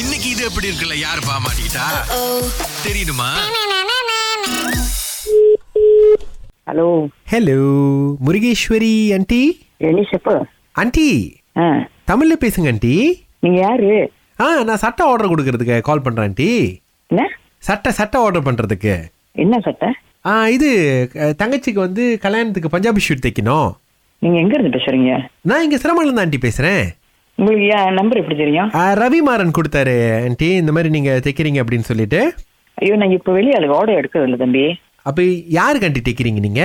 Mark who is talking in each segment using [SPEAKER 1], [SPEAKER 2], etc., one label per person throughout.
[SPEAKER 1] இன்னைக்கு இது எப்படி இருக்குல்ல யாரு பாமாட்டா தெரியுமா
[SPEAKER 2] hello
[SPEAKER 3] hello Murugeshwari aunty
[SPEAKER 2] Elizabeth
[SPEAKER 3] aunty
[SPEAKER 2] ஆ
[SPEAKER 3] தமிழ்ல பேசுங்க ஆண்டி
[SPEAKER 2] நீங்க யாரு
[SPEAKER 3] ஆ நான் சட்டை ஆர்டர் கொடுக்கறதுக்கு கால் பண்றேன் ஆண்டி
[SPEAKER 2] என்ன
[SPEAKER 3] சட்டை சட்டை ஆர்டர் பண்றதுக்கு
[SPEAKER 2] என்ன சட்டை
[SPEAKER 3] ஆ இது அஹ், தங்கச்சிக்கு வந்து கல்யாணத்துக்கு பஞ்சாபி ஷூட் தைக்கணும்
[SPEAKER 2] நீங்க எங்க இருந்து பேசுறீங்க
[SPEAKER 3] நான் இங்க சிரமம் தான் ஆண்டி பேசுறேன்
[SPEAKER 2] உங்களுக்கு என் நம்பர் எப்படி தெரியும்
[SPEAKER 3] ஆ, ரவி மாறன் கொடுத்தாரு ஆண்டி இந்த மாதிரி நீங்க தைக்கிறீங்க அப்படின்னு சொல்லிட்டு
[SPEAKER 2] ஐயோ நான் இப்ப வெளியே அதுக்கு ஆர்டர் எடுக்கிறது இல்லை தம்பி
[SPEAKER 3] அப்ப யாருக்கு ஆண்டி தைக்கிறீங்க நீங்க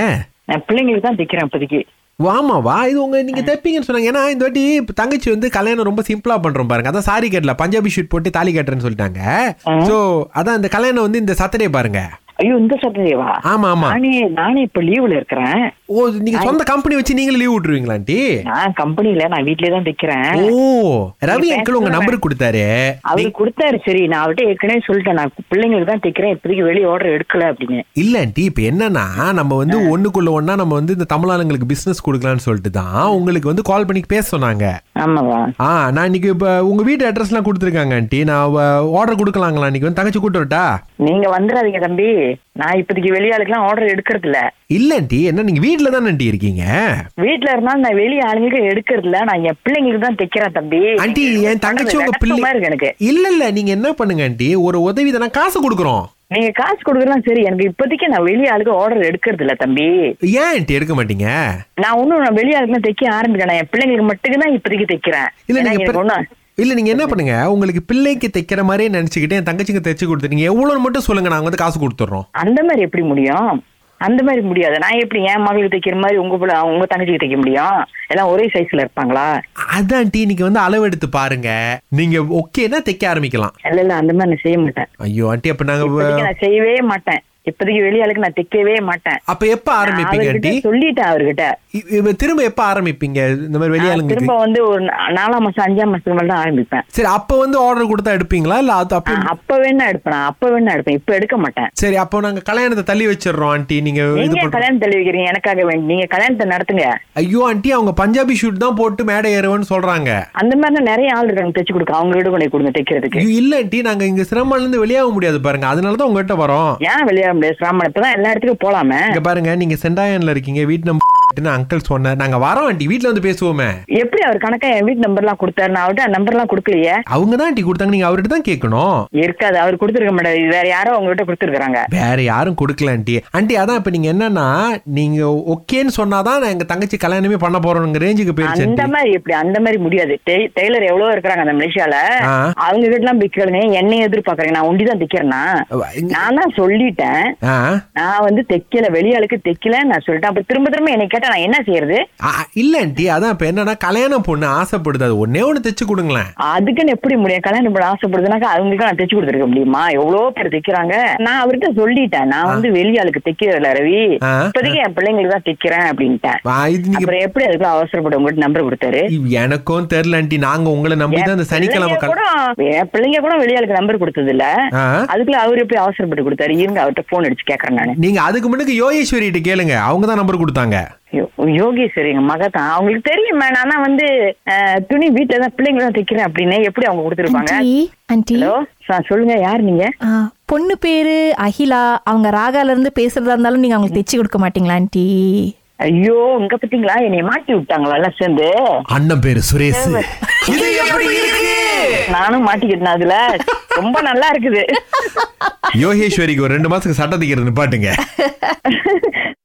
[SPEAKER 2] நான் பிள்ளைங்களுக்கு தான் தைக்கிறேன் இப்போதைக்கு
[SPEAKER 3] ஆமாவா இது உங்க நீங்க தைப்பீங்கன்னு சொன்னாங்க ஏன்னா இந்த வாட்டி இப்ப தங்கச்சி வந்து கல்யாணம் ரொம்ப சிம்பிளா பண்றோம் பாருங்க அதான் சாரி கட்டல பஞ்சாபி ஷூட் போட்டு தாலி கட்டுறேன்னு சொல்லிட்டாங்க சோ அதான் இந்த கல்யாணம் வந்து இந்த சாட்டர்டே பாருங்க
[SPEAKER 2] ஐயோ இந்த சட்டதேவா
[SPEAKER 3] ஆமா ஆமா
[SPEAKER 2] நானே நானே இப்ப லீவ்ல இருக்கிறேன்
[SPEAKER 3] ஓ நீங்க சொந்த கம்பெனி வச்சு நீங்களும் லீவ் விட்டுருவீங்களா ஆண்டி
[SPEAKER 2] நான் கம்பெனில நான் வீட்லயே தான் தைக்கிறேன்
[SPEAKER 3] ஓ ரவி அங்கிள் உங்க நம்பர் கொடுத்தாரு
[SPEAKER 2] அவரு கொடுத்தாரு சரி நான் அவர்கிட்ட ஏற்கனவே சொல்லிட்டேன் நான் பிள்ளைங்களுக்கு தான் தைக்கிறேன் இப்போதைக்கு வெளியே ஆர்டர் எடுக்கல அப்படின்னு
[SPEAKER 3] இல்ல ஆண்டி இப்ப என்னன்னா நம்ம வந்து ஒண்ணுக்குள்ள ஒண்ணா நம்ம வந்து இந்த தமிழ் ஆளுங்களுக்கு பிசினஸ் கொடுக்கலாம்னு சொல்லிட்டு தான் உங்களுக்கு வந்து கால் பண்ணி பேச சொன்னாங்க
[SPEAKER 2] ஆமாவா
[SPEAKER 3] ஆ நான் இன்னைக்கு இப்ப உங்க வீட்டு அட்ரஸ்லாம் கொடுத்துருக்காங்க ஆண்டி நான் ஆர்டர் கொடுக்கலாங்களா இன்னைக்கு வந்து தங்கச்சி கூட்டு வரட்டா
[SPEAKER 2] நீங்க வந்துடாதீங்க தம்பி நான் இப்போதைக்கு வெளியாளுக்கெல்லாம் ஆர்டர் எடுக்கிறது இல்ல
[SPEAKER 3] இல்ல ஆண்டி என்ன நீங்க வீட்ல தான் ஆண்டி இருக்கீங்க
[SPEAKER 2] வீட்ல இருந்தாலும் நான் வெளிய ஆளுங்களுக்கு எடுக்கிறது இல்ல நான் என் பிள்ளைங்களுக்கு தான் தைக்கிறேன் தம்பி
[SPEAKER 3] ஆண்டி என் தங்கச்சி உங்க
[SPEAKER 2] வெறுப்பா
[SPEAKER 3] பிள்ளை
[SPEAKER 2] இருக்கு எனக்கு
[SPEAKER 3] இல்ல இல்ல நீங்க என்ன பண்ணுங்க ஆண்டி ஒரு உதவி தானே காசு கொடுக்குறோம்
[SPEAKER 2] நீங்க காசு கொடுக்கலாம் சரி எனக்கு இப்போதைக்கு நான் வெளிய ஆளுக்கு ஆர்டர் எடுக்கிறது இல்ல தம்பி
[SPEAKER 3] ஏன் ஆண்டி எடுக்க மாட்டீங்க
[SPEAKER 2] நான் ஒன்னும் நான் வெளிய ஆளுக்குலாம் தைக்க ஆரம்பிக்கிறேன் நான் என் பிள்ளைங்களுக்கு மட்டும் தான் இப்போதைக்கு தைக்கிறேன்
[SPEAKER 3] இல்ல
[SPEAKER 2] ஏன்னா
[SPEAKER 3] நீங்க
[SPEAKER 2] எனக்கு ஒண்ணும்
[SPEAKER 3] பெ- இல்ல நீங்க என்ன பண்ணுங்க உங்களுக்கு பிள்ளைக்கு தைக்கிற மாதிரியே நினைச்சுக்கிட்டு என் தங்கச்சிக்கு தைச்சு கொடுத்து நீங்க எவ்வளவு மட்டும் சொல்லுங்க நாங்க வந்து காசு கொடுத்துறோம்
[SPEAKER 2] அந்த மாதிரி எப்படி முடியும் அந்த மாதிரி முடியாது நான் எப்படி என் மகளுக்கு தைக்கிற மாதிரி உங்க பிள்ளை உங்க தங்கச்சிக்கு தைக்க முடியும் எல்லாம் ஒரே சைஸ்ல இருப்பாங்களா
[SPEAKER 3] அதான் ஆண்டி நீங்க வந்து அளவு எடுத்து பாருங்க நீங்க ஓகேன்னா தைக்க ஆரம்பிக்கலாம்
[SPEAKER 2] இல்ல இல்ல அந்த மாதிரி நான் செய்ய மாட்டேன்
[SPEAKER 3] ஐயோ ஆண்டி அப்ப நாங்க
[SPEAKER 2] இப்போதைக்கு நான் செய்யவே மாட்டேன் இப்போதைக்கு வெளிய ஆளுக்கு நான் தைக்கவே மாட்டேன்
[SPEAKER 3] அப்ப எப்ப ஆரம்பிப்பீங்க
[SPEAKER 2] அவர்கிட்ட
[SPEAKER 3] ஆண்டி
[SPEAKER 2] சொல்லிட்டேன் அவர்கிட்ட
[SPEAKER 3] இ- இப்ப திரும்ப எப்ப ஆரம்பிப்பீங்க இந்த மாதிரி
[SPEAKER 2] நான் திரும்ப
[SPEAKER 3] வெளியாளுங்க
[SPEAKER 2] வந்து ஒரு நா- நாலாம் மாசம் அஞ்சாம் மாசத்துக்கு மேல தான் ஆரம்பிப்பேன்
[SPEAKER 3] சரி அப்ப வந்து ஆர்டர் கொடுத்தா எடுப்பீங்களா இல்ல அது
[SPEAKER 2] ஆ,
[SPEAKER 3] அப்ப
[SPEAKER 2] அப்ப வேணா எடுப்பேன் நான் அப்ப வேணா எடுப்பேன் இப்ப எடுக்க மாட்டேன்
[SPEAKER 3] சரி அப்போ நாங்க கல்யாணத்தை தள்ளி வச்சிடுறோம் ஆண்டி நீங்க இது
[SPEAKER 2] நீங்க
[SPEAKER 3] பண்ற
[SPEAKER 2] கல்யாணம் தெளிவிக்கிறீங்க எனக்காக வேண்டி நீங்க கல்யாணத்தை நடத்துங்க
[SPEAKER 3] ஐயோ ஆண்டி அவங்க பஞ்சாபி ஷூட் தான் போட்டு மேடை ஏறுவேன்னு சொல்றாங்க
[SPEAKER 2] அந்த மாதிரி நிறைய ஆள் இருக்காங்க தைச்சு கொடுக்க அவங்க வீடு கொண்டு கொடுங்க தைக்கிறதுக்கு
[SPEAKER 3] ஐயோ, இல்ல ஆண்டி நாங்க இங்க சிரமம்ல இருந்து வெளியாக முடியாது பாருங்க அதனாலதான் உங்ககிட்ட வரோம்
[SPEAKER 2] ஏன் வெளியாக முடியாது சிராமணம் இப்பதான் எல்லா இடத்துக்கும் போலாமே
[SPEAKER 3] இங்க பாருங்க நீங்க செண்டாயன்ல இருக்கீங்க வீட்டு நம்பர் அங்கிள் சொன்னார் நாங்க வரோம் ஆண்டி வீட்ல வந்து பேசுவோமே
[SPEAKER 2] எப்படி அவர் கணக்கா என் வீட்டு நம்பர் எல்லாம் கொடுத்தாரு நான் அவர்கிட்ட நம்பர் எல்லாம் கொடுக்கலையே
[SPEAKER 3] அவங்க தான் ஆண்டி கொடுத்தாங்க நீங்க அவர்கிட்ட தான் கேட்கணும்
[SPEAKER 2] இருக்காது அவர் கொடுத்துருக்க மாட்டாரு இது வேற யாரோ உங்ககிட்ட கொடுத்துருக்காங்க
[SPEAKER 3] வேற யாரும் கொடுக்கல ஆண்டி ஆண்டி அதான் இப்ப நீங்க என்னன்னா நீங்க ஓகேன்னு சொன்னாதான் நான் எங்க தங்கச்சி கல்யாணமே பண்ண போறோம்ங்கிற ரேஞ்சுக்கு போயிருச்சு
[SPEAKER 2] அந்த
[SPEAKER 3] ஆண்டி.
[SPEAKER 2] மாதிரி எப்படி அந்த மாதிரி முடியாது டெய்- டெய்லர் எவ்வளவோ இருக்கிறாங்க அந்த மலேசியால
[SPEAKER 3] ஆ.
[SPEAKER 2] அவங்க கிட்ட எல்லாம் பிக்கிறேங்க என்னை எதிர்பார்க்கறீங்க நான் ஒண்டி தான் தைக்கிறேன்னா
[SPEAKER 3] அவ- இங்க-
[SPEAKER 2] நான் தான் சொல்லிட்டேன்
[SPEAKER 3] ஆ
[SPEAKER 2] நான் வந்து தைக்கல வெளியாளுக்கு தைக்கல நான் சொல்லிட்டேன் அப்ப திரும்ப திரும்ப என்னை கேட்டா நான் என்ன செய்யறது
[SPEAKER 3] ஆ, இல்ல ஆண்டி அதான் இப்ப என்னன்னா கல்யாணம் பொண்ணு ஆசைப்படுது அது ஒன்னே ஒண்ணு தைச்சு கொடுங்களேன்
[SPEAKER 2] அதுக்குன்னு எப்படி முடியும் கல்யாணம் பண்ண ஆசைப்படுதுனாக்கா அவங்களுக்கு நான் தைச்சு கொடுத்துருக்க முடியுமா எவ்வளவு பேர் தைக்கிறாங்க நான் அவர்கிட்ட சொல்லிட்டேன் நான் வந்து வெளியாளுக்கு தைக்கிறல ரவி
[SPEAKER 3] ஆ.
[SPEAKER 2] இப்போதைக்கு என் பிள்ளைங்களுக்கு தான் தைக்கிறேன் அப்படின்ட்டேன்
[SPEAKER 3] ஆ, இது நீங்க
[SPEAKER 2] அப்புறம் எப்படி அதுக்குள்ள அவசரப்பட்டு உங்ககிட்ட நம்பர் கொடுத்தாரு
[SPEAKER 3] இவ் எனக்கும் தெரியல ஆண்டி நாங்க உங்களை நம்பி தான் அந்த சனிக்கிழமை கல்-
[SPEAKER 2] பிள்ளைங்க கூட- என் பிள்ளைங்க கூட வெளியாளுக்கு நம்பர் கொடுத்தது இல்ல
[SPEAKER 3] ஆ.
[SPEAKER 2] அதுக்குள்ள அவர் எப்படி அவசரப்பட்டு கொடுத்தாரு இருங்க அவர்கிட்ட போன் அடிச்சு கேக்குறேன் நானு
[SPEAKER 3] நீங்க அதுக்கு முன்னுக்கு யோகேஸ்வரி கிட்ட கேளுங்க அவங்க தான் நம்பர் கொடுத்தாங்க
[SPEAKER 2] யோ- யோகி சார் எங்க மக தான் அவங்களுக்கு தெரியும் மேம் ஆனா வந்து அஹ், துணி வீட்டுல தான் பிள்ளைங்க தான் தைக்கிறேன் அப்படின்னு எப்படி அவங்க கொடுத்துருப்பாங்க
[SPEAKER 4] ஆண்டி ஆண்டி
[SPEAKER 2] ஹலோ சார் சொல்லுங்க யார் நீங்க
[SPEAKER 4] ஆ, பொண்ணு பேரு அகிலா அவங்க ராகால இருந்து பேசுறதா இருந்தாலும் நீங்க அவங்களுக்கு தைச்சு கொடுக்க மாட்டீங்களா ஆண்டி
[SPEAKER 2] ஐயோ இங்க பாத்தீங்களா என்னைய மாட்டி விட்டாங்களா எல்லாம் சேர்ந்து
[SPEAKER 3] அண்ணன் பேரு சுரேஷ் இது எப்படி இருக்கு
[SPEAKER 2] நானும் மாட்டிக்கிட்டேன் அதுல ரொம்ப நல்லா இருக்குது
[SPEAKER 3] யோகேஸ்வரிக்கு ஒரு ரெண்டு மாசத்துக்கு சட்டை தைக்கிறது நிப்பாட்டுங்க